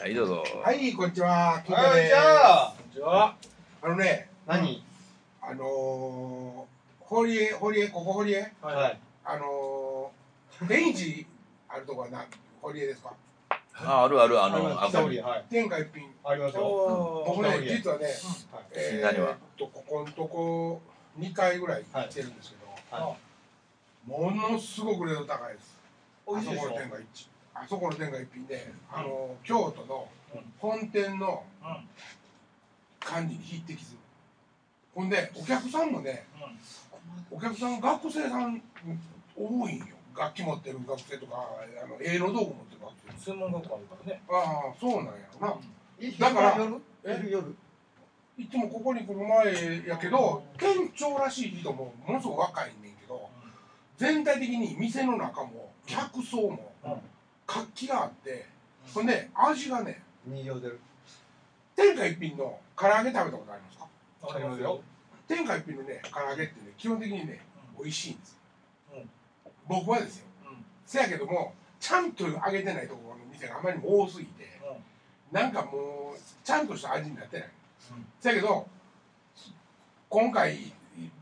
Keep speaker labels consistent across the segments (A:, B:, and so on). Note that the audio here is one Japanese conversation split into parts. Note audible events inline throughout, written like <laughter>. A: はい、どうぞ。
B: はい、こんにちは。ト
C: はい、
B: です
C: じゃあ、
D: じゃあ、
B: あのね、
D: 何
B: あのー、堀江、堀江、ここ堀江、
D: はい。はい
B: あのー、電池あるとこはな、堀江ですか
A: あ、あるある、あ
D: あ
A: の、
D: の、
A: 赤
D: 北
A: 身。
D: 折はい。
B: 天下一品。
D: ありますよ。
C: お
B: 僕
D: 北
B: ね、
D: 堀江
B: 実はね、
D: はい
B: え
A: 何は
B: ーっと、ここのとこ、2回ぐらい行ってるんですけど、
D: は
B: ものすごくレベル高いです。
C: 美
B: あ
C: 味し
B: そ
C: いでし
B: この
C: ょ
B: 天下一。あそこの天下一品で、あのー、京都の
C: うん
B: 本店の
C: うん
B: 管理に匹敵する。ほんで、お客さんもね、お客さん学生さん多いんよ楽器持ってる学生とかあの絵の道具持ってる学生
C: 専門学校あるからね。
B: ああそうなんやな
D: い。
B: だから
D: 夜
B: え
D: 夜夜
B: いつもここに来る前やけど店長らしい人もものすごく若いねんけど全体的に店の中も客層も
C: うん
B: 活気があってほんで味がね
D: 二行出る。
B: 天下一品の唐揚げ食べたことありますか
C: ありますよ。
B: 天下一品のね唐揚げってね基本的にね美味しいんですよ、
C: うん
B: 僕はですよせやけどもちゃんと揚げてないところの店があまりにも多すぎてなんかもうちゃんとした味になってない、
C: うん
B: せやけど今回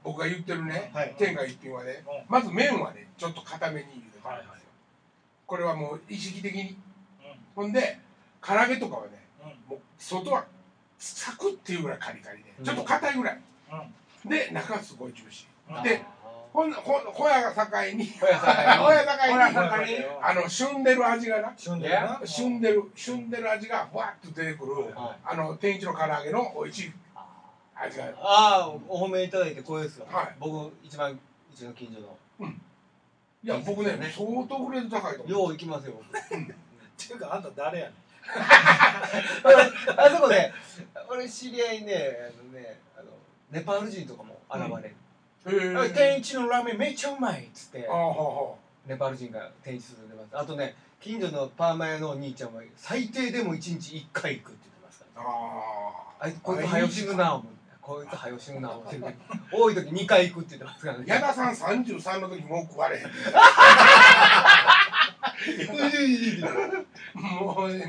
B: 僕が言ってるね
D: はい
B: 天下一品はね、
C: うん
B: まず麺はねちょっと固めに茹でたんですよ、
C: はいはい
B: これはもう意識的にほんで唐揚げとかはねもう外はサクッっていうぐらいカリカリで、
D: うん
B: ちょっと硬いぐらいで中はすごいジューシーで
D: あ
B: ほんほんほやが境に
C: ほや
B: ほや境
C: ほや
B: に
C: 境
B: あの旬でる味がな
C: 旬
D: で
C: で
D: る
C: な。
B: 旬でる旬でる味がわっと出てくる、
D: はい
B: あの天一の唐揚げの美味しい味が
D: あー、お褒めいただいて光栄ですよ
B: はい。
D: 僕、一番、うちの近所の。
B: いや僕ね
D: ね
B: 相当グレード高いと思う
D: よう行きますよ。僕
C: っていうか、あんた
D: <laughs>
C: 誰やねん。
D: あそこで、俺知り合いね、あのね、あの、ネパール人とかも現れる。
B: へ
D: あ天一のラーメンめっちゃうまいっつって
B: あ。あはは
D: ネパール人が転出するんでますあとね近所のパーマ屋のお兄ちゃんは最低でも1日1回行くって言ってますから、ね、
B: あ
D: あいつこいつ早死ぬな思うこいつ早死ぬな思ってる多い時2回行くって言ってますからね
B: ー矢田さん33の時もう食われへんもうもういい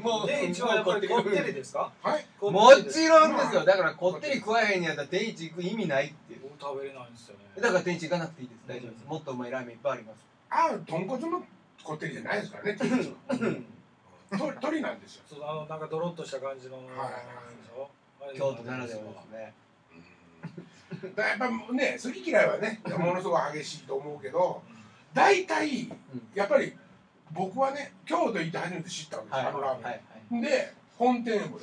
D: もう
C: で、一番やっぱりこってりですか
B: はい
D: もちろんですよだからこってり食わへんやったら天一行く意味ないっていう
C: 僕食べれないんですよね。
D: だから天一行かなくていいです大丈夫ですもっとうまいラーメンいっぱいあります
B: ああ豚骨のこってりじゃないですからね天一は鳥鳥なんですよ
C: そうあのなんかドロッとした感じの、
D: 京都ならではですね
B: だからやっぱね好き嫌いはねものすごい激しいと思うけど大体やっぱり僕はね京都行って初めて知ったわけです、
D: はいは
B: あのラーメ
D: い
B: ン、
D: はい
B: で本店も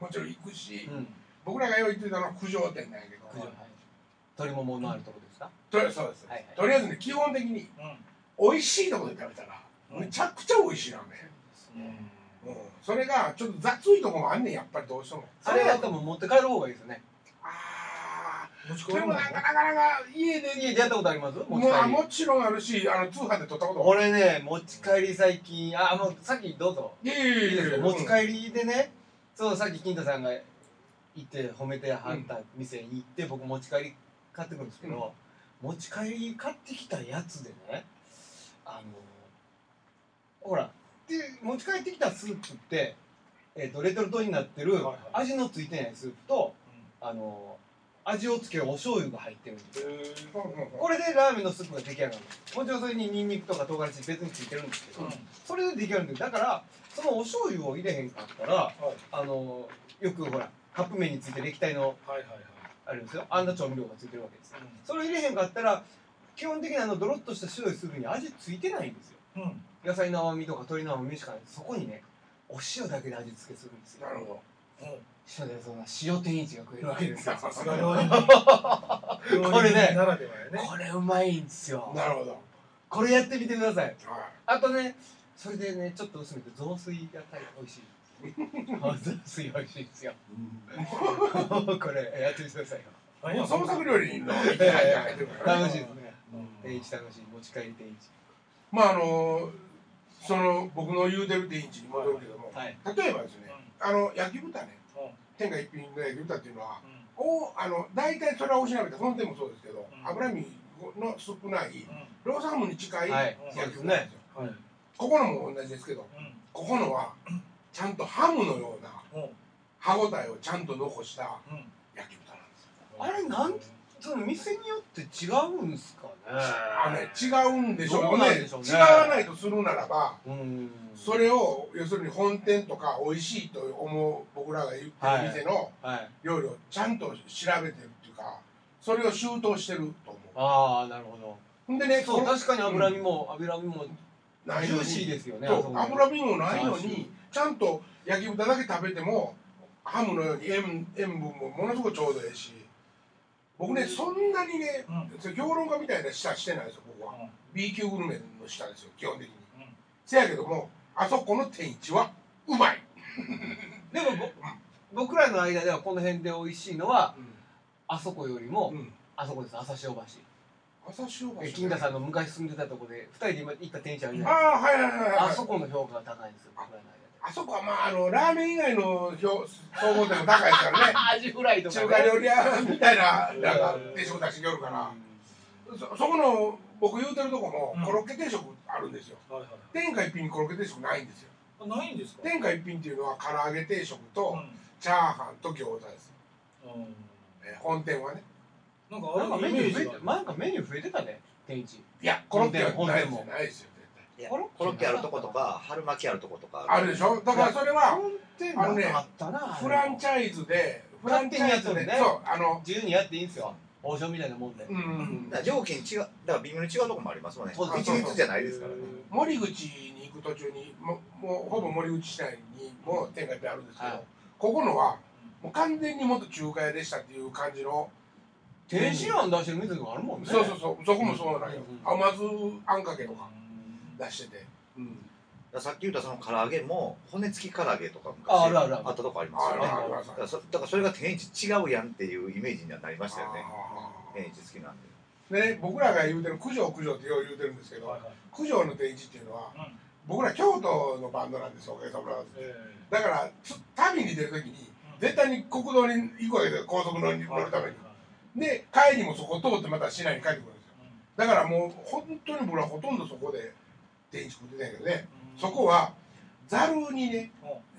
B: もちろん行くし、
D: うん
B: 僕らがよう行ってたのは九条店なんやけど
D: 九条はい鶏もものあるとこですか
B: とりあえずそうです、
D: はいはい
B: とりあえずね基本的に美味しいとこで食べたら
C: うん
B: むちゃくちゃ美味しいラーメン、うんそれがちょっと雑いとこもあんねんやっぱりどうしても
D: あれやったらもう持って帰る方がいいですよね
B: あ
C: 持ち
B: ーで
C: 込
B: も
C: む
B: なかなかなか家で
D: 家でやったことあります持ち
B: もうあ
D: 帰
B: も
D: り
B: ちろんあるしあの通販で取ったことも
D: 俺ね持ち帰り最近あもうさっきどうぞ
B: いやいや
D: いい
B: いや
D: です
B: い
D: よ
B: や
D: 持ち帰りでねそうさっき金太さんが行って褒めてはった店に行って僕持ち帰り買ってくるんですけど持ち帰り買ってきたやつでねあのほらで持ち帰ってきたスープってえっとレトルトになってる
C: はいはい
D: 味のついてないスープとあの味をつけるお醤油が入ってるんですよ
B: うんうんうん
D: これでラーメンのスープが出来上がるもちろんそれにニンニクとか唐辛子別についてるんですけど、それで出来上がるんでだからそのお醤油を入れへんかったら、あのよくほらカップ麺について液体の
C: はいはいはい。
D: あれですよあんな調味料がついてるわけですよそれを入れへんかったら基本的にあのドロッとした白いスープに味ついてないんですよ
C: うん。うん。
D: 野菜の甘みとか鶏の甘みしかないそこにねお塩だけで味付けするんですよ
B: なるほ
D: 塩でそんな塩天一が食えるわけですよ
C: さすが料理人。
D: これね
C: ならではやね。
D: これうまいんです
B: ど
D: よ
B: なるほど、はい、
D: これやってみてくださいあとね、それでね、ちょっと薄めて雑炊が大変美 <laughs> 味しい。雑炊美味しいですよ。これやってみてくださいよ。
B: もう創作料理の域に入ってるからね
D: 楽しいですね。定一楽しい、持ち帰り定一。
B: まああのその僕の言うてる定位置に戻るけども、
D: はい。
B: 例えばですね、あの焼き豚ね天下一品の焼き豚っていうのはおあの大体それはおしなべて本店もそうですけど、
C: うん
B: 脂身の少ないロースハムに近い
D: は
B: 焼
D: い
B: き豚なんですよ、ここのも同じですけどここのは <clears throat> ちゃんとハムのような
C: うんうん
B: 歯ごたえをちゃんと残した焼き豚なんですよ
D: あれなんその店によって違うんすかね
B: あのね違うんでしょ
D: どう
B: う
D: なん
B: ね
D: でしょうね
B: 違わないとするならば
D: うん
B: それを要するに本店とか美味しいと思う僕らが言ってる店の
D: はい
B: 料理をちゃんと調べてるっていうかそれを周到してると思う
D: ああなるほど
B: ほんでね
D: そう
B: この
D: 確かに脂身も脂身も
B: ない
D: ジュ
B: の
D: ーシー
B: に
D: ですよねあそ
B: そ
D: こ
B: う
D: ね
B: 脂身もないの
D: チャーシュー
B: にちゃんと焼き豚だけ食べてもハムのように塩塩分もものすごくちょうどいいし僕ねそんなにね
C: うんうん
B: そう評論家みたいな舌してないですよ僕は
C: うん
B: B 級グルメの舌ですよ基本的に、
C: うん
B: せやけどもあそこの天一はうまい、
D: でもぼ僕らの間ではこの辺で美味しいのはあそこよりも
B: うん
D: あそこです朝潮橋
B: 朝潮橋
D: え金田さんの昔住んでたとこで2人で今行った店長あるじゃ
B: あ
D: ないですか
B: あはいはいはいはい
D: あそこの評価が高いんですよ僕らの間で
B: あそこはまああのラーメン以外の評総合点も高いです
D: <laughs>
B: からね
D: アジフライとかね
B: 中華料理屋みたいななんか
C: うん
B: 定食出してきよるから
D: う
B: そそこの僕言うてるとこ
C: うん
B: もコロッケ定食あるんですよ
C: はいはい
B: 天下一品にコロッケ定食ないんですよ
C: あないんですか
B: 天下一品っていうのは唐揚げ定食
C: う
B: と
C: ん
B: チャーハンと餃子です、
C: うん
B: えー本店はね
C: なんか
D: んなんか
C: あれ
D: メ
C: イ
D: ニ
C: メ
D: ュ
C: ー
D: ー増
C: ジ
D: え
C: が
D: てなんかメニュー増えてたね天一
B: いやコロッケは
D: 本
B: ないで
D: 店
B: す
D: 本店も
B: ないですよ絶対
A: いや
D: コロッケ
A: コロッケあるとことか春巻きあるとことか
B: あるでしょだからそれは
D: 本店なんかあったな
B: フランチ
D: ャ
B: ャイズでフラ
D: 勝
B: ンチ
D: 手にや
B: ャイ
D: っと
B: ズ
D: る
B: で
D: ね
B: そうあの
D: 自由にやっていいんですよ王将みたいなもんで
B: うん
A: だから条件違うだから微妙に違うとこもありますもんね
D: そうです
A: 一律じゃないですからね
B: 森口に行く途中にももうほぼ森口市内にも店がいっぱいあるんですけど、
D: はい
B: ここのはもう完全に元中華屋でしたっていう感じの、
D: 天津飯出してる店とかあるもんね
B: そうそうそうそこもそうなんよ、
D: うん
B: 甘酢あんかけとか
C: うん
B: 出してて、うん、
A: だからさっき言ったその唐揚げも骨付き唐揚げとか
D: ああるあるある
A: ったとこあります
B: あ
A: よ
B: ら
A: ね
B: あらあ
A: だから
B: ら
A: そだからそれが天一違うやんっていうイメージにはなりましたよね
B: あ
A: 天一好きなんで
B: ーでね僕らが言うてる九条九条ってよう言うてるんですけど、
C: はいはい
B: 九条の天一っていうのは
C: うん
B: 僕ら京都のバンドなんですよおかげさまで
C: え
B: だからつ旅に出るときに
C: え
B: 絶対に国道に行くわけですよ高速乗りに乗るためにで帰りもそこ通ってまた市内に帰ってくるんですよだからもう本当に僕らほとんどそこで電池食ってたんやけどねそこ
C: は
B: はざるにね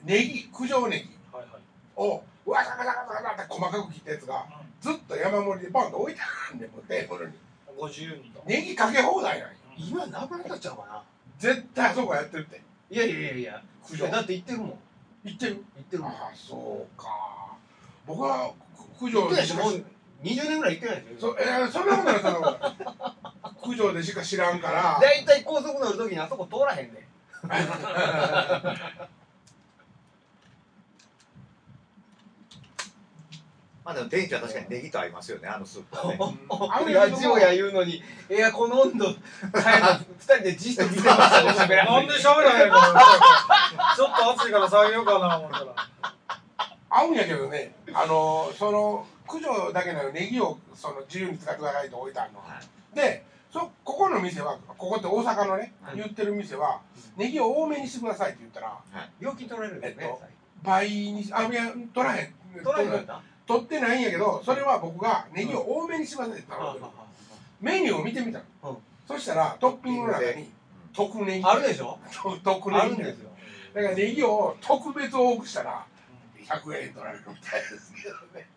B: ネギ九条ネギ
C: はいはい
B: をわざわざわざわざって細かく切ったやつがずっと山盛りでポンと置いてあんねんもうテーブルに
C: うんご自由にと
B: ネギかけ放題なんよ
D: 今なくなったっちゃうかな
B: 絶対あそこやってるって
D: いやいやいやいや
B: 九条
D: だって行ってるもん行
B: 行ってる
D: ってるもん
B: ああそうか僕は九九条
D: 行ってないでしょも
B: そう
D: 20年ぐらい行ってないでしょ
B: えーそんなことないそんなことない九条でしか知らんから
D: 大体高速乗るときにあそこ通らへんね
A: まあでも天一は確かにネギと合いますよねあのスープ
D: <laughs>
A: はね
B: うんある
D: ラ
B: けど
D: ジオや言うのにエアコンの <laughs> 温度変えた2人でじっと見てましたね喋 <laughs> ら
C: なんで喋らへんのちょっと暑いから下げようかな思ったら
B: 合うんやけどね、あのその九条だけなのネギをその自由に使ってくださいと置いてあるの、
A: は
B: でそここの店はここって大阪のね、
A: はい
B: 言ってる店はネギを多めにしてくださいって言ったら
D: 料金取られるんだよね
B: 倍にあいや取らへん
D: 最後取られるんだ
B: 取ってないんやけどそれは僕がネギを多めにしてくださいって言ったの、メニューを見てみたの、
D: うん
B: そしたらトッピングの中に特ネギ
D: あるでしょ
B: と特ネギ
D: あるんですよ
B: だからネギを特別多くしたら100円取られるみたいですけどね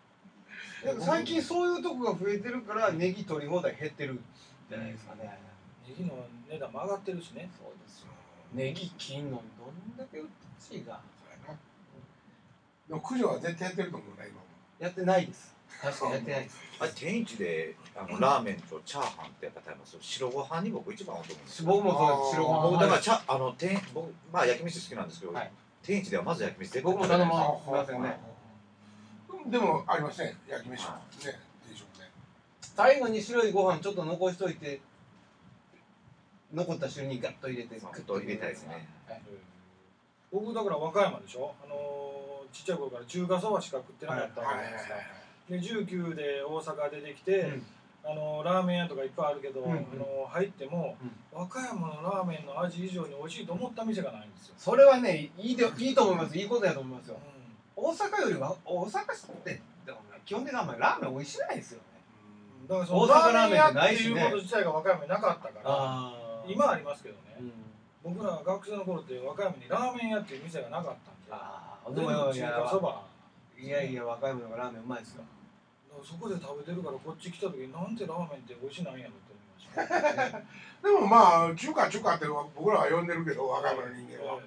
D: でも最近そういうとこが増えてるからネギ取り放題減ってるんじゃないですかね
C: ネギの値段も上がってるしね
D: そうですよネギ金のどんだけ売ってほしいか
B: そうやなでも九条は絶対やってると思うな今も
D: やってないです確かにやってないです
A: あれ天一であのラーメンとチャーハンってやっぱ食べます白ご飯に僕一番合うと思うんですよ
D: 僕もそうです白ご
B: あー
D: 飯
A: 僕だからチャあの天僕まあ焼き飯好きなんですけど、
D: はい
A: 天一ではまず焼き飯絶対
D: 僕も頼む
A: 食べない
D: あすいませんね
B: でもありません焼き飯もね定食ね
D: 最後に白いご飯ちょっと残しといて残った汁にガッと入れて
A: です
D: グ
A: まあ
D: ッ
A: ちょっと入れたいですね
C: 僕だから和歌山でしょあのーちっちゃい頃から中華そばしか食ってなかったわけじゃないですかで19で大阪出てきて、
D: うん
C: あのラーメン屋とかいっぱいあるけど、
D: うんうん
C: あの入っても、和歌山のラーメンの味以上に美味しいと思った店がないんですよ、
D: それはねいいでいいと思いますいいことやと思います
C: うん
D: よ大阪よりは大阪市ってでもね基本的にあんまりラーメン美味しないですよね
C: だからその
D: 大阪ラーメンってな
C: ラーメン
D: い
C: 屋って
D: し
C: い
D: ね
C: うこと自体が和歌山になかったから
D: あ
C: 今はありますけどね、
D: うん
C: 僕らが学生の頃って和歌山にラーメン屋っていう店がなかった
D: ああ
C: ん
D: で
C: で
D: も
C: 全部
D: い
C: 中
D: や
C: 華そば
D: いやいや若いものがラーメンうまいですよ
C: そこで食べてるからこっち来た時なんてラーメンって美味しないんやろって思いました
B: で
D: <laughs>
B: もまあ中華中華って僕らは呼んでるけど若いの人間は、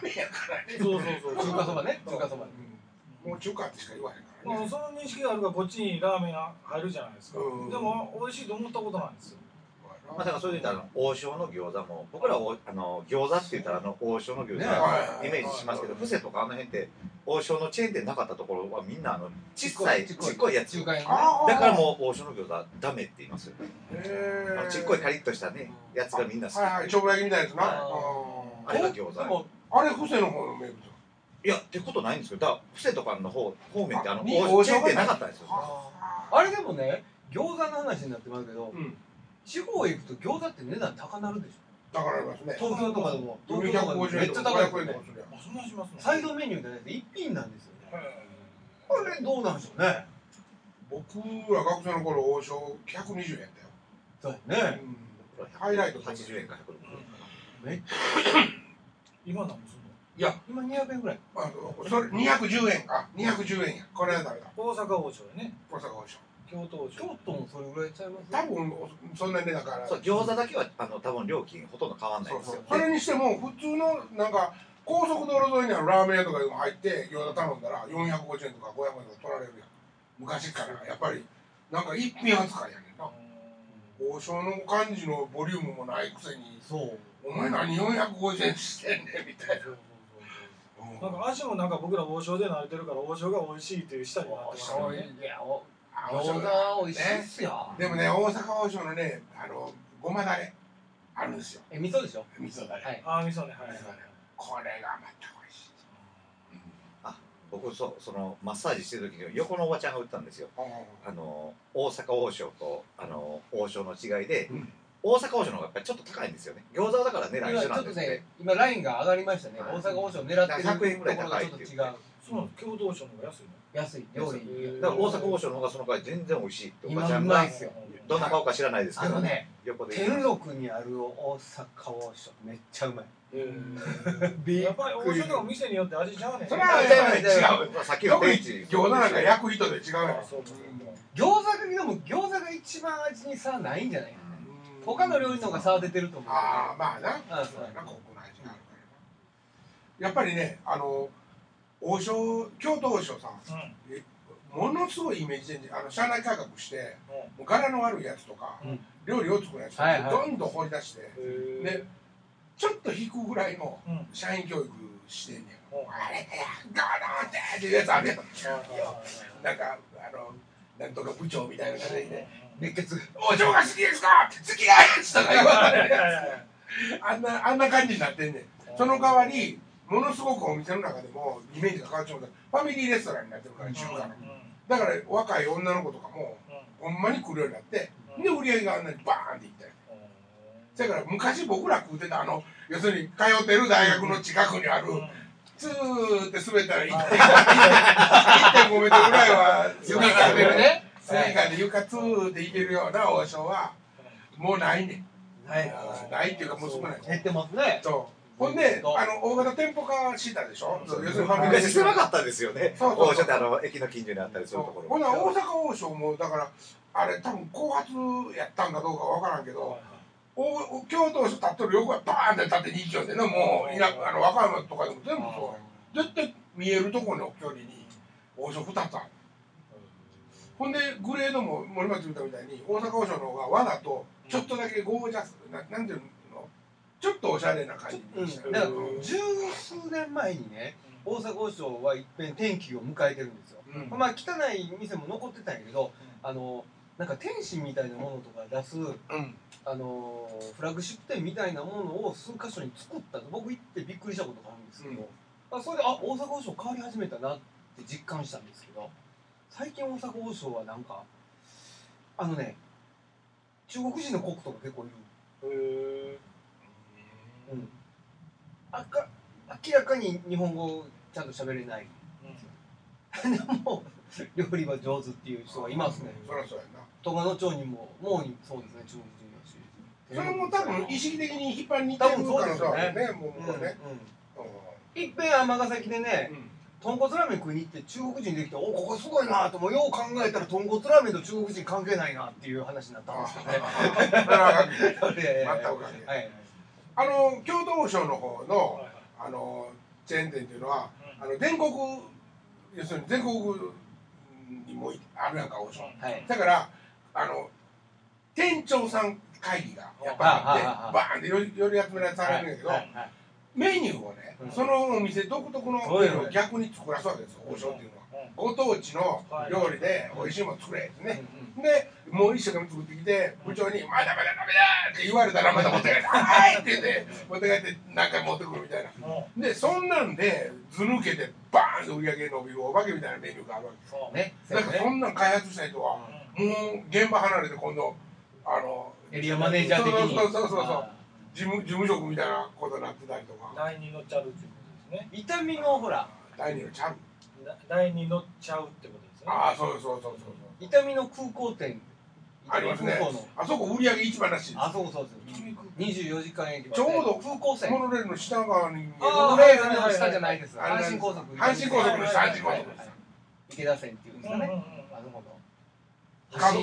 C: そうそうそう
D: 中華そばね中華そば
B: うんもう中華ってしか言わへんから
C: も
B: ね
C: うその認識があるからこっちにラーメン入るじゃないですか、
B: うん
C: でも美味しいと思ったことないんですよ
A: まあ、だからそれで言ったら王将の餃子も僕らおあの餃子って言ったらあの王将の餃子のイメージしますけど
B: ね
A: 布施とかあの辺って王将のチェーン店なかったところはみんなあのちっさいちっこいやつ
D: 中華屋
B: あ
A: だからもう王将の餃子ダメって言いますよねあ
B: へ
A: のちっこいカリッとしたねやつがみんな好き
B: はいはいちょぶ焼きみたいなやつな、
A: はい
B: うん
A: あれが餃
D: で
A: 子
D: も
B: あれ布施の方の名物
A: いやってことないんですけどだから布施とかの方方面ってあの
B: あに
A: 王将チェーン店なかったんですよ
B: あ
D: あれでもね餃子の話になってますけど
B: うん
D: 地方へ行くと餃子って値段高なるでし
B: だからあります
D: ょ
B: ね
D: 東京とかでも東京とかでも
B: 450
D: め
B: 円
D: っち
B: と
D: ゃ
B: か
D: 高
B: 500
D: い
B: 円とか
D: ね
B: するやん
C: あそんなんしますね
D: サイドメニューじゃなくて一品なんですよね
C: へ
D: あれどうなんでしょうね
B: 僕ら学生の頃王将120円だよ、
D: そうやね
B: うんハ
A: ハ
B: イ
A: イ
B: ラ
A: ラ
B: イ
A: イ
B: ト
A: ト80円か160
C: え
A: 円
D: めっ
C: 今なんです
D: 今200円ぐらい
B: まあ、それ210円か210円やこれはダメだ
C: 大阪王将やね
B: 大阪王将
C: 京都王
D: 京
C: 将
D: 都もそれぐらいちゃいます
B: 多分そんなにねだから
A: そう餃子だけはあの多分料金ほとんど変わんない
B: そ
A: ん
B: う
A: です
B: そ
A: よ
B: うそれにしても普通のなんか高速道路沿いにあるラーメン屋とかでも入って餃子頼んだら450円とか500円とか取られるやん昔からやっぱりなんか一品扱いやねんな王将の感じのボリュームもないくせに
D: そう
B: お前何450円してんねんみたい
C: そ
B: な、う
C: うそう
B: ん
C: そうなんか足もなんか僕ら王将で慣れてるから王将が美味しいっていう舌になってますよね
D: いやお
B: あ王将
D: 餃
B: だ
D: 子美味しいっすよ
B: でもね大阪王将のねあのごまだれあるんですよ
D: え味噌でしょ
B: 味噌だれ、
D: はい
C: ああ味噌ねはいはい
B: これがまた美味しい
A: 僕そうそのマッサージしてる時に横のおばちゃんが売ったんですよ
B: あ
A: あの大阪王将とあの王将の違いで、
B: うん
A: 大阪王将の方がやっぱりちょっと高いんですよね餃子だから値段
D: 今
A: 一
D: ち
A: 緒な
D: ょ
A: ん
D: っ
A: で
D: と
A: すね
D: ね今ラインが上がりましたね
A: はい
D: 大阪王将を狙ってるとこ
A: 100円ぐらい
D: ろ
A: 高
D: がち
A: いっ
D: ょってと
A: いう
D: 違う
C: そうなんです京都王将の方が安いね
D: 安い料理
A: だから大阪王将の方がその代わり全然美味しいっておばちゃん
D: うま
A: が
D: いっすよ
A: どんな顔か知らないですけ
D: あ
A: ど
D: のね
A: 横で
D: 天禄にある大阪王将めっちゃうまい
C: へえ
D: び
C: やっぱり王将のお店によって味ちゃうねん
B: それ
A: あ
B: は
A: 違う
B: 違う
A: 違うまあさっきの
B: 特
A: ベ
B: に
A: ンチ
B: 餃子なんか焼く人で違うやん
C: そうそうそう
D: 餃子がでも餃子が一番味に差ないんじゃないか
A: う
D: 他の料理の方が差出てると思う
B: ああまあな、
D: うん
B: そうやなここの味があるからなやっぱりねあの王将京都王将さん
C: うん
B: ものすごいイメージであの社内価格して
C: うん
B: もう柄の悪いやつとか、
D: うん
B: 料理を作るやつと
D: はいは
B: か
D: い
B: どんどん掘り出して、
C: へえ
B: でちょっと引くぐらいの
C: うん
B: 社員教育してんねん、
C: うん
B: あれだよガーンってっていうやつあるやん <laughs>
C: は
B: なんかあのなんとか部長みたいな感じで、ね
D: 熱血
B: 「お嬢が好きですか?」「好きです!」とか言わ
C: い
B: れ
C: はい
B: て
C: はいはい
B: あんなあんな感じになってんねんその代わりものすごくお店の中でもイメージが変わっちゃうんだファミリーレストランになってるから中華の、
C: うん
B: だから若い女の子とかもほんまに来るようになって
C: うん
B: で売り上げがあんなにバーンっていったよ
C: う
B: だから昔僕ら食うてたあの要するに通ってる大学の近くにある
C: んうん
B: ツーって滑ったら1.5 1.5メートルぐらいは
D: 床から出るね
B: 正解で床ツーっていけるような王将はもうないねんないっていうかもう少ない
D: 減ってますね
B: そうほんであの大型店舗化したでしょそう要するにファミレ
A: 昔
B: ス
A: 狭かったですよね
B: そうそうそう
A: 王将ってあの駅の近所にあったりす
B: そ
A: る
B: う
A: ところ
B: ほんなら大阪王将もだからあれ多分後発やったんかどうかわからんけどおお京都王将立ってる横がバーンって立って人気でねもういなあの和歌山とかでも全部そう絶対見えるとこの距離に王将2つあるほんでグレードも森松言ったみたいに大阪王将の方がわざとちょっとだけゴージャスななんていうのちょっとおしゃれな感じにして
D: うん
B: る
D: だから十数年前にね大阪王将は一遍転機を迎えてるんですよ
B: うん
D: まあ汚い店も残ってたんやけど、あのなんか天津みたいなものとか出す、
B: うん
D: あのフラッグシップ店みたいなものを数箇所に作ったと僕行ってびっくりしたことがあるんですけど、あそれであ大阪王将変わり始めたなって実感したんですけど最近大阪王将はなんかあのね中国人のコックとか結構いる、
C: へ
D: うん、あか明らかに日本語ちゃんと喋れない <laughs> でも料理は上手っていう人がいますね
B: そりゃそうやな
D: 戸賀の町にももうにそうですね中国人だし
B: それも多分意識的に引っ張りに行ってるからさ
D: 多分そうです
B: ね
D: よ
B: もう
D: うん
B: もうね、
D: うんいっぺん尼崎でね
B: うん
D: 豚骨ラーメン食いに行って中国人できておここすごいなともよう考えたら豚骨ラーメンと中国人関係ないなっていう話になったんですよね。
B: あ
D: で
B: またおかげ
D: はい
B: <laughs> あの京都王将の方
C: はい
B: の
C: はい
B: あのチェーン店っていうのは
C: うん
B: あの全国要するに全国にもいあるやんか王将
D: はい
B: だからあの店長さん会議がやっぱあって
D: ああああああ
B: バーンってよりより集められさ
D: は
B: れ
D: い
B: るんやけど、
D: はいはい
B: メニューをね、
D: うん
B: そのお店独特の
D: そう
B: メ
D: で
B: ニ
D: す
B: ュ
D: ね
B: ーを逆に作らすわけですよ王将っていうのは。
C: うん
B: ご当地の料理で美味しいもの作れってね、でもう一生懸命作ってきて部長に「まだまだダメだ!」って言われたらまた持って帰って「はい!」って言って持って帰って何回も持ってくるみたいな
C: も
B: でそんなんでず抜けてバーンと売り上げ伸びるお化けみたいなメニューがあるわけ
C: うそう
D: ね
B: だからそんなん開発した人はもう現場離れて今度あの
D: エリアマネージャー的に
B: そうそうそうそう
D: あ
B: 事務事務職みたいなことになってたりとか
C: 第二乗っちゃうっていうことですね
D: ー痛みのほら
B: 第二のチャン
C: だ第二乗っちゃうってことですね
B: ああそうそうそうそうそう
D: 痛みの空港店
B: ありますね
D: 伊丹空港の
B: あそこ売り上げ一番らしいです
D: あそうそうそう24時間駅まで
B: ちょうど
D: 空港線
B: モノレールの下側に
D: モノレールの下じゃないです
B: あれ
D: 阪神高速
B: 阪神高速の下
D: はい
B: 阪神高速の下
D: はいはい池田線っていうんですか
C: うんうん
D: ね
C: うん
D: あそこ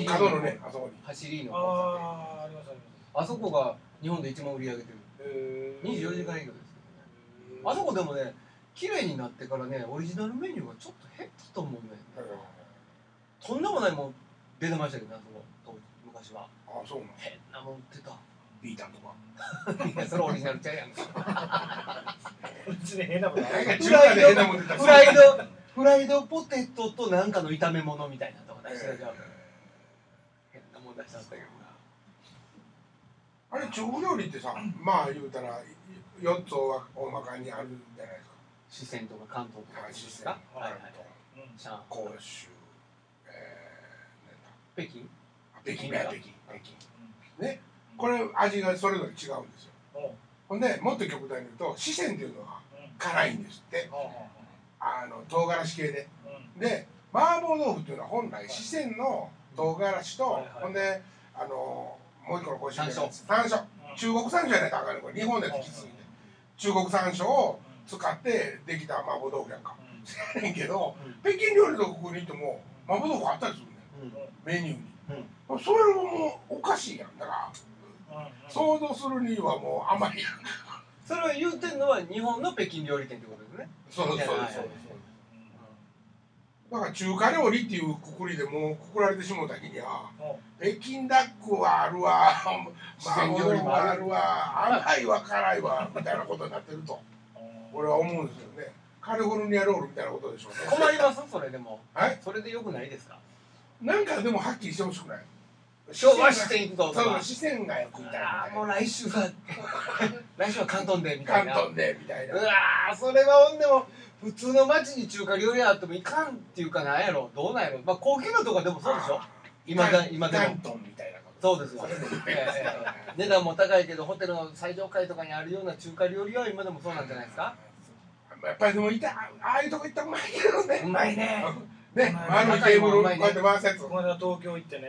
D: の
B: 角角のねあそこに
D: 走りの交差
C: あーありますあります
D: 点あそこが日本で一番売り上げてる
C: へー
D: 24時間営業ですけどねあそこでもね綺麗になってからねオリジナルメニューがちょっと減ったと思うねとんでもないもん出てましたけどねあそこ当時昔は
B: あそうなの
D: 変なもん売ってた
B: ビータンとか
D: <laughs> いやそれオリジナルちゃうやんか
C: うちで変なことあ
B: なん
C: る
B: か中華で変なもん出た
D: フライドフライドポテトとなんかの炒め物みたいなとか出してたじゃん変なもん出しちゃったけど
B: あれ中国料理ってさまあ言うたら四つ大まかにあるんじゃないですか
D: 四川とか関東とかですか
B: は
D: はいいはい
C: うん
D: 上海
B: 甲州え
D: 北京
B: ー北京ね北京北京ねこれ味がそれぞれ違うんですよ
C: も
B: ほんでもっと極端に言うと四川っていうのは
C: ううん
B: 辛いんですって
C: はあは
B: あの唐辛子系で
C: あはあうん
B: で麻婆豆腐っていうのは本来四川の唐辛子と、
C: はいはい
B: ほんであのもう一個の香辛料
D: 山椒
B: 山椒
C: うん
B: 中国山椒じゃないとあかんねこれ日本でやつきついんで中国山椒を使ってできた麻婆豆腐やんか <laughs>
C: うん
B: ねんけど
D: うん
B: 北京料理のとこに行っても麻婆豆腐あったりするね
D: うん
B: メニューに、それももうおかしいやんだから
C: うんうん
B: 想像するにはもう甘いやん
D: それを言うてんのは日本の北京料理店ってことですね
B: そうそうそうそう
D: はいはいはい
B: だから中華料理っていうくくりでもうくくられてしもうた日には
C: も
B: 北京ダックはあるわ、
D: 四
B: 麻
D: 川
B: 婆
D: 料
B: 豆
D: 理
B: 腐
D: もある
B: はあるわ、甘いわ、辛いわ、みたいなことになってると、
C: う
B: 俺は思うんですよね。カリフォルニアロールみたいなことでしょうね。
D: 困りますそれでも
B: はい
D: それでよくないですか
B: なんかでもはっきりしてほしくない。
D: 今日は四川行くぞ
B: そう
D: とか
B: そう、四川がよくみたい
D: あーもう
B: な。
D: 来週
B: <laughs>
D: は来週は関東でみたい
B: 関
D: な
B: 東で、みたいうな。
D: わーそれはほんでも普通の町に中華料理屋あってもいかんっていうかなんやろどうなんやろまあ高級なとかでもそうでしょ今だ今でも
B: 関東みたいなこと。
D: そうですよ、ええええ値段も高いけどホテルの最上階とかにあるような中華料理は今でもそうなんじゃないですか
B: やっぱりでもいた、ああいうとこ行ったらうまいけどね。
D: うまいね
B: ね、あのテーブル、こうやって回すやつ。
C: んこ
B: は
C: の間東京行ってね
B: い。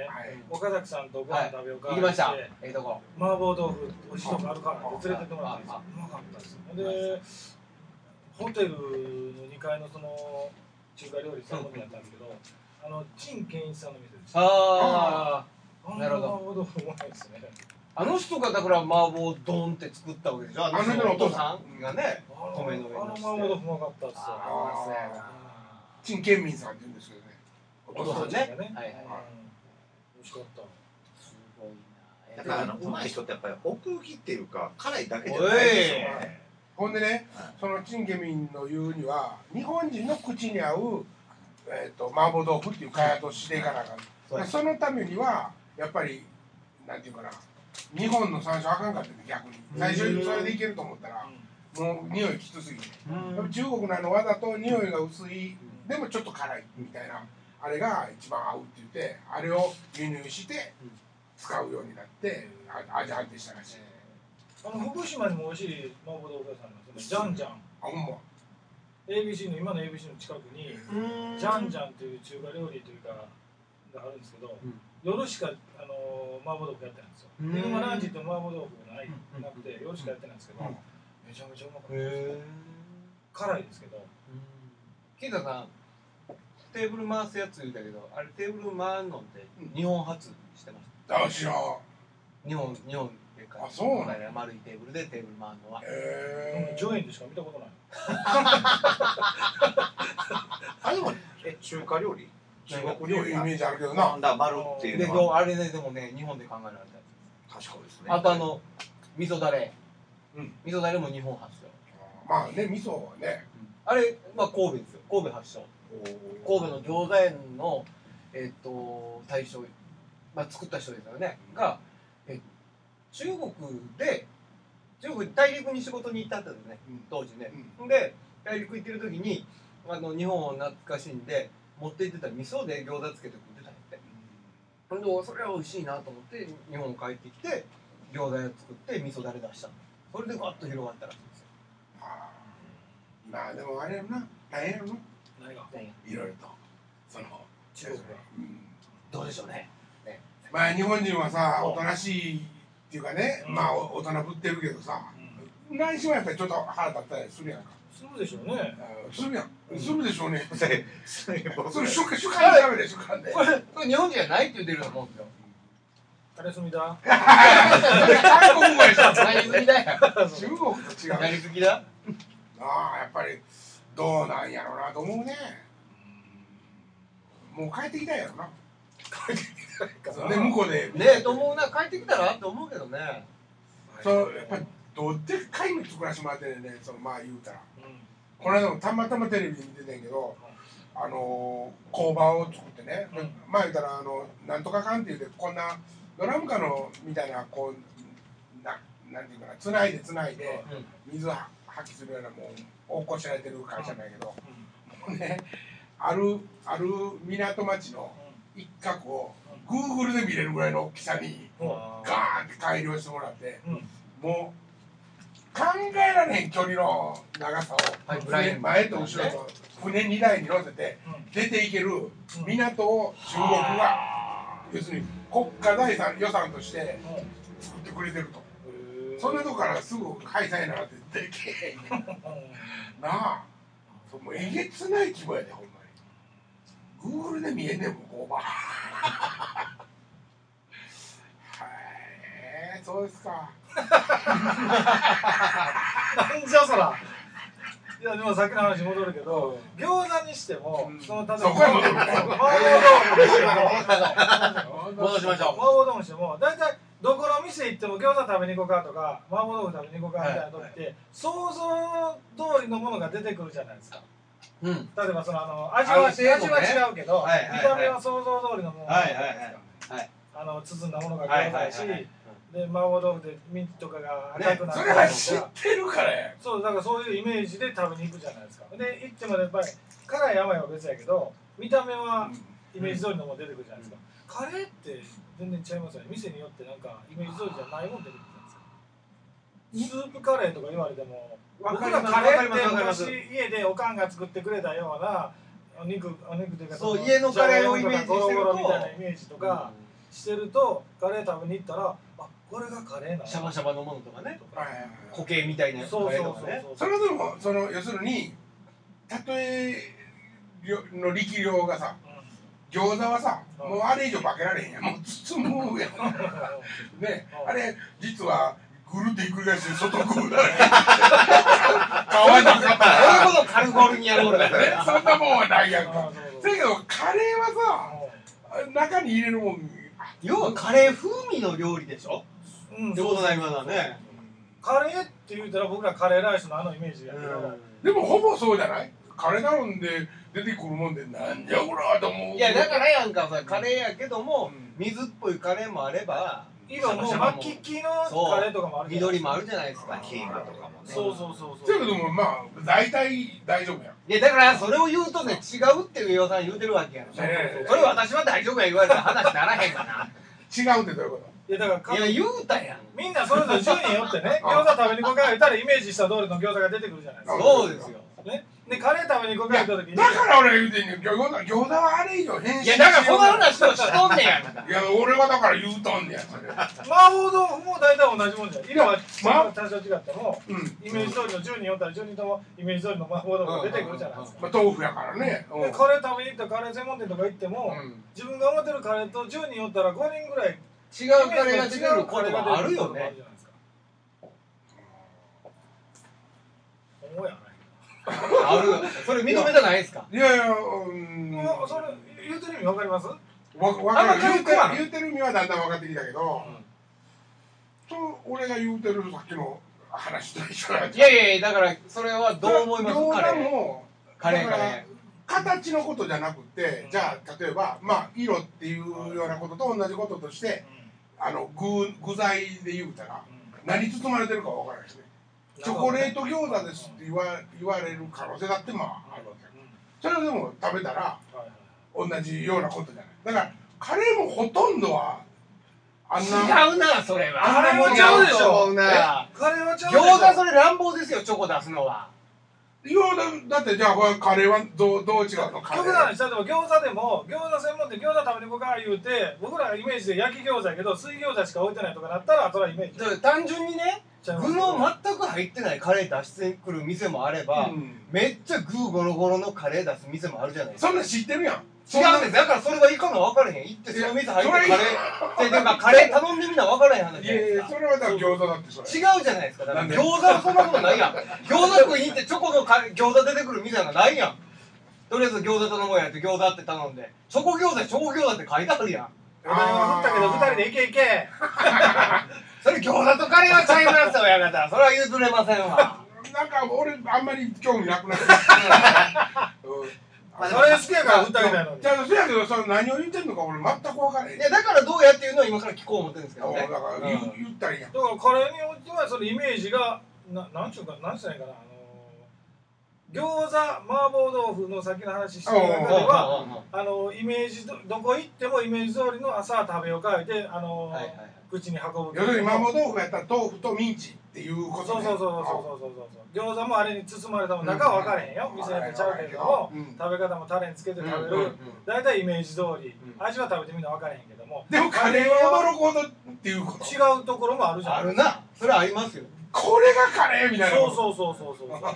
C: 岡崎さんとご飯食べようか
D: 行きました
C: って
D: ええとこ
C: 麻婆豆腐美味しいとこあるからって連れてってもらったんですよ
D: あ
C: うまかったですよでホテルの2階のその中華料理専門店だったんですけどあの陳健一さんの店です
D: あ
C: あん
D: な
C: な
D: る
C: 麻
D: ほど
C: 婆豆腐うまいですね
D: ああの人がだから麻婆丼って作ったわけでしょあ
B: あの人のお父さん
D: がね
C: あの
D: 米の上に
C: あの麻婆豆腐うまかったですよ
B: あー
D: そうやな
B: 陳建民さんって言うんですけどね。
D: お父さんね
C: お父
D: はいはい
C: うん美味しかった
D: すごいな
A: だからあのうまい人ってやっぱり奥行きっていうか辛いだけじゃ
D: おい
A: ないでしょ
B: ほんでね
A: はい、
B: そのチンゲミンの言うには、日本人の口に合う、えー、と麻婆豆腐っていう開発をしていかなあかん、
D: そうです
B: そのためには、やっぱり、なんていうかな、日本の山椒あかんかったね、逆に。最初にそれでいけると思ったら、もう匂いきつすぎて。
D: うん
B: やっぱ中国のあのわざと匂いが薄い、でもちょっと辛いみたいな、あれが一番合うって言って、あれを輸入して
D: うん、
B: 使うようになって、あ味判定したらしい。
C: あの福島にも美味しい麻婆豆腐屋さんありますよねジャンジャン
B: あ、ほんま。
C: ABC の今の ABC の近くにジャンジャンという中華料理というかがあるんですけど、
D: うん
C: 夜しかあの麻婆豆腐やってないんですよ
D: うん
C: 昼間ランチって麻婆豆腐がない
D: うん
C: なくて夜しかやってないんですけ
B: う
C: ど
B: ん
C: めちゃめちゃうまかったです
D: へえ
C: 辛いですけど
D: ケイタさんテーブル回すやつ言うたけどあれテーブル回るのって日本初してまし
B: あ知らん
D: た日本日本でか
B: あそうなん
D: ね丸いテーブルでテーブル回るのは
B: え
C: ジョインでしか見たことない
A: あ、でも、え、中華料理中
B: ー、
A: 国
B: 料
A: 料
B: 理
A: 理
B: イメージあるけどな
A: なんだ、丸っていう
D: でで
A: の
D: も
A: は
D: あれねでもね日本で考えられた
A: 賢いですね。
D: あとあ、の味噌だれ、
B: うん
D: 味噌だれも日本発祥、
B: まあね味噌はね
D: あれ、まあ、神戸ですよ神戸発祥神戸の餃子園の、えっと大将、まあ、作った人ですよねがえ中国で中国大陸に仕事に行ったんだよね
B: うん
D: 当時ね
B: うん
D: で大陸行ってる時にあの日本を懐かしんで持って行ってた味噌で餃子つけて食ってたんやってほんでそれは美味しいなと思って日本帰ってきて餃子屋作って味噌だれ出したのそれでガッと広がったらしいんですよ
B: あーまあでもあれやろな大変やろな
C: 何が
B: いろいろとその
C: 中国が
B: うん
D: どうでしょうね
B: まあ日本人はさ
C: そう
B: おとなしいっていうかね
C: うん
B: まあお大人ぶってるけどさ内心はやっぱりちょっと腹立ったりするやんか
C: するでしょうね
B: あーするやんするでしょうね
A: それ、 <laughs> それ
B: そ
A: 僕
B: れ主観主観でダメで主観で
D: これこれ日本人じゃないって言ってるようなもんですよ
C: タレスミだ
B: 韓国語やし
D: 何好きだよ
B: 中国と違う
D: 何好きだ
B: ああやっぱりどうなんやろうなと思うねもう帰ってきたいやろなそうね向こうで
D: ねえと思うな帰ってきたらと思うけどね
B: そうやっぱりどうでっかいの作らせてもらってるねそのまあ言うたら
C: う
B: この間もたまたまテレビで見てたんやけどあのー工場を作ってね、
C: うん
B: まあ言うたらあのなんとかかんって言うてこんなドラム缶のみたいなこうななんていうかなつないでつないで水は破棄するようなもう起こしられてる会社なんやけど、ね、あるある港町の一角をグーグルで見れるぐらいの大きさに
C: んうん
B: ガーンって改良してもらって
C: うん
B: もう考えられへん距離の長さを
D: はいブライ
B: 船
D: ン
B: 前と後ろと船2台に乗せて出ていける港を中国が要するに国家財産予算として作ってくれてると
C: うん
B: そんなとこからすぐ開催ならってでけへんなあそうもうえげつない規模やでほんまにグーグルで見えんねんもんこうばはいそうですか
C: なんじゃそらいやでもさっきの話戻るけど餃子にしても
B: うん
C: その例えば
B: そこへ戻る
C: 麻婆豆腐にしても
D: 戻しましょ
C: 麻婆豆腐にしても大体どこの店行っても餃子食べに行こうかとか麻婆豆腐食べに行こうかみたいな時って想像通りのものが出てくるじゃないですか
D: ううん
C: 例えばそのあの味は
D: ある程度ね
C: 味は違うけど、
D: はいはいはい
C: 見た目は想像通りのものが
D: はいはいはいはい
C: あの包んだものが餃子やし、
D: はいはいはい
C: で麻婆豆腐でミンチとかが
B: ね
C: 赤くなっ
B: そ
C: て
B: れ
C: るとか
B: は知ってるからや
C: そうだからそういうイメージで食べに行くじゃないですかで行ってもやっぱり辛い甘いは別やけど見た目はイメージ通りのもの出てくるじゃないですか、カレーって全然違いますよね店によってなんかイメージ通りじゃないもん出てくるじゃないですかスープカレーとか言われても
D: わ
C: 僕
D: かり
C: ら
D: ます
C: カレー
D: わかりますわかりま
C: っ
D: す
C: て昔家でおかんが作ってくれたようなお肉お肉というか
D: そう
C: の
D: 家のカレーをイメージしてると
C: ゴロゴロみたいなイメージとかしてるとカレー食べに行ったらあこれがカレーなの
D: シャバシャバのものとかね
C: と
B: はい
C: か
D: 固形みたいなやつ
C: そうそう
D: と
C: そ
D: か
C: うそう
D: ね
B: それはでもその要するに例えの力量がさ
C: うん
B: 餃子はさ
C: うん
B: もうあれ以上化けられへんやんもう包むやんね
C: うん
B: あれ実はぐるってひっくり返して外食うだらけ皮にかか
D: それこそカリフォルニアロールだよね
B: ねそんなもんはないやんか
C: そ
B: せやけどカレーはさ
C: う
B: 中に入れるもん
D: 要はカレー風味の料理でしょ
C: ん
D: ってことない今のはね
C: カレーって言うたら僕らカレーライスのあのイメージやけど、
B: でもほぼそうじゃないカレー頼んで出てくるもんでなんじゃこらと思う
D: い
B: い
D: やだからやんかさカレーやけども
B: うん
D: 水っぽいカレーもあれば
C: 色も巻き木のカレーとかもあるじゃない
D: 緑もあるじゃないです
A: まあ
D: か
A: キーマとかもね。
C: そうそうそう
B: せ
C: そ
B: やけ
C: う
B: どもまあ大体大丈夫やん
D: いやだからそれを言うとね違うって上尾さん言うてるわけやろそ
B: ねえ
D: れ私は大丈夫や言われたら話ならへん <laughs> か
B: 違うってどういうこ
C: いやだからか
D: ないや言うたやん
C: みんなそれぞれ順位によってね餃子食べに行こうか言うたらイメージした通りの餃子が出てくるじゃないですか
D: そうですよ
C: ね、でカレー食べに行こうかって言った時に
B: だから俺言うてんねん餃子餃子はあれ以上変身
E: いや、だからこの話をしとんねや
D: <laughs>
B: いや俺はだから言うとんねやそれ
C: 麻婆豆腐も大体同じもんじゃん色は
B: ま
C: 多少違っても
B: うん
C: イメージ通りの10人おったら10人ともイメージ通りの麻婆豆腐が出てくるじゃないです
B: ま
C: か
B: あ豆腐やからねうん
C: でカレー食べに行ったらカレー専門店とか行っても
B: うん
C: 自分が思ってるカレーと10人おったら5人ぐらい
D: 違うカレーが出てくることもあるよね。
C: 思うやない
D: あるよ。それ認めたないですか
B: いやいやうん
C: もうそれ言うてる意味わかります
B: わわか
D: あん
B: る
D: ま
B: 言う
D: 軽く
B: て
D: は
B: 言うてる意味はだんだん分かってきたけど、そう俺が言うてるさっきの話と一緒だ
D: いやいやいや、だから、それはどう思います
B: 餃子
D: カレー。
B: も
D: カレー、
B: だ
D: カ
B: か
D: レ
B: ら
D: ー。
B: 形のことじゃなくてじゃあ例えばまあ色っていうようなことと同じこととしてあの具具材で言うたら何包まれてるかわからないしねチョコレート餃子ですって言わ言われる可能性だってまああるわけそれをでも食べたら同じようなことじゃないだからカレーもほとんどはあんな
D: 違うな、それは。
C: カレーはちゃうでしょ
D: そな。
C: カレーはちゃうでしょ
D: 餃子それ乱暴ですよ、チョコ出すのは。
B: いやだだってじゃあこれカレーはどうどう違うのカレ
C: 極端
B: ー
C: にしたらでも餃子でも餃子専門店餃子食べに行こうか言うて僕らイメージで焼き餃子やけど水餃子しか置いてないとかなったらそれはイメージ
D: だから単純にね、
C: ちゃいます
D: 具の全く入ってないカレー出してくる店もあれば、
B: うん
D: めっちゃ具ゴロゴロのカレー出す店もあるじゃないですか。
B: そんなん知ってるやん
D: 違うんです。だからそれはいかんの分からへん。行ってその店入ってカレ
B: いや
D: ー。で、でもカレー頼んでみんな分からへん話
B: い
D: じゃな
B: やい
D: いです
B: や
D: か。
B: それはだから餃子だってそれ
D: 違うじゃないですか。だか
B: な
D: ら
B: んで
D: 餃子はそんなことないやん。餃子食いに行ってチョコのカレー餃子出てくる店なんかないやん。とりあえず餃子頼もうやって餃子って頼んで、チョコ餃子、チョコ餃子って書いてあるやん。
C: 俺は振ったけど2人で行け行け
D: それ餃子とカレーはちゃいますよ、親方。それは譲れませんわ。
B: なんか俺あんまり興味な
C: <laughs>
B: くなってきた。うん
C: まあそれ好きやから振ってあげたいのに
B: じゃあそやけどその何を言ってんのか俺全く分からへん。
D: いや、だからどうやっていうのを今から聞こう思ってるんですけど
B: お
D: ね
B: だ。から
D: う
B: 言,、うん言ったらいいやん。
C: だからカレーにおいてはそのイメージがななんちゅうかなんてないかなあのー餃子麻婆豆腐の先の話してる
D: うん
C: 中
D: うん
C: では
D: うんうん
C: あのイメージどどこ行ってもイメージ通りの朝食べようかってあのー
D: はいはいはい
C: 口に運ぶ
B: 要するに麻婆豆腐やったら豆腐とミンチっていう
C: そ
B: こ
C: うそ
B: と
C: う
B: ね。
C: そうそうそうそうそう餃子もあれに包まれたもん中は分かれへんよ、
B: うん
C: 店によってちゃうけれども、
B: うん
C: 食べ方もタレにつけて食べ
D: うんうんう
C: る
D: ん
C: 大体、イメージ通り、
D: うん
C: 味は食べてみんな分からへんけども
B: でもカレーは驚くほどっていうこと。
C: 違うところもあるじゃ
D: あ
C: ん
D: るな。それはありますよ。
B: これがカレーみたいな。
C: そうそうそうそうそうそう
B: 分か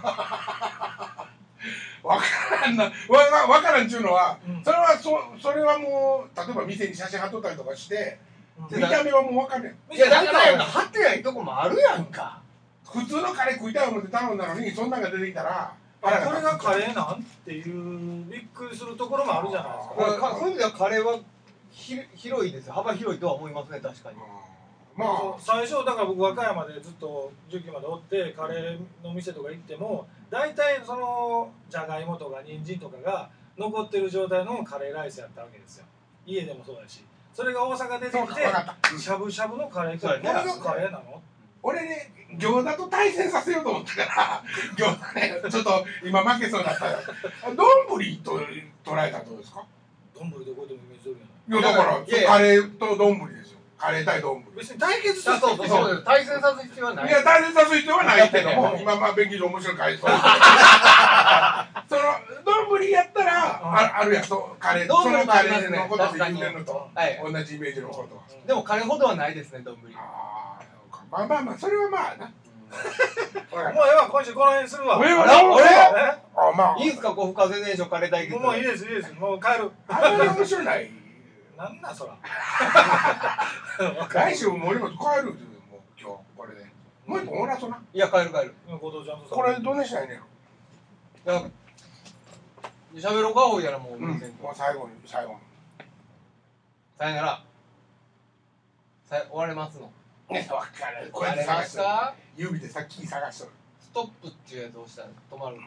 B: らんな。わわわからんっちゅうのは、
C: うん
B: それはそそれはもう例えば店に写真貼っとったりとかして
C: うん
B: 見た目はもう分かんない。
D: いや、だからやんか、張ってないとこもあるやんか。
B: 普通のカレー食いたい思って頼んだのにそんなんが出てきたら
C: あこれがカレ
B: ー
C: ーなんっていうびっくりするところもあるじゃないです
D: だ
C: か。
D: からかそういう意味ではカレーはひ広いですよ。幅広いとは思いますね、確かに。
B: ま
C: そう最初だから僕和歌山でずっと19までおってカレーの店とか行っても大体そのじゃがいもとか人参とかが残ってる状態のカレーライスやったわけですよ家でもそうだしそれが大阪出て
B: そう
C: き
B: か
C: て
B: 分かった
C: しゃぶしゃぶのカレーか
D: そう
C: これ
D: や
C: が
D: ね
C: カレーなの
B: 俺ね餃子と対戦させようと思ったから <laughs> 餃子ねちょっと今負けそうだったから丼と捉えたらどうですか
C: 丼どこでもイメージ通りやない
B: やだから
D: いやいや
B: カレーと丼ですよカレー対丼
C: 別に対決する
D: そうそうそうです。対戦させる必要はいない。
B: や対戦させる必要はないけど
D: いやい
B: も
D: や
B: 今まあ勉強上面白い <laughs> 回そうその丼やったらああるやんそうカレー
D: 丼
B: その
D: も
B: カ
D: あ
B: レ
D: ります
B: ー
D: ね
B: のことで言うてんのと
D: はい。
B: 同じイメージのことは
D: でもカレーほどはないですね、丼。
B: ああそうかまあまあまあそれはまあなわか
C: もう
B: る
C: ええわ今週この辺にするわ
B: 俺は
D: あら
B: 俺
D: 俺
B: は
C: え
B: あまあ
D: いいですか、ご不可全燃焼カレー対決。
C: もういいですいいですもう帰る
B: あんまり面白ない
C: なんなん
B: <laughs>
C: そら
B: 来週森本帰るって言うもう今日これでもう一本おらそうない
D: や、帰る帰る。
C: 後藤ちゃんとさ
B: これどうねしたらいいのやろ
D: だから喋ろうか、ほいやらもう、
B: うんもう最後に最後に
D: さよなら。さ終われますの。
B: ねわかるこうやって
D: 終われま
B: 探し
D: して
B: る
D: た
B: 指でさっき探しとる
D: ストップっていうやつを押したら止まる。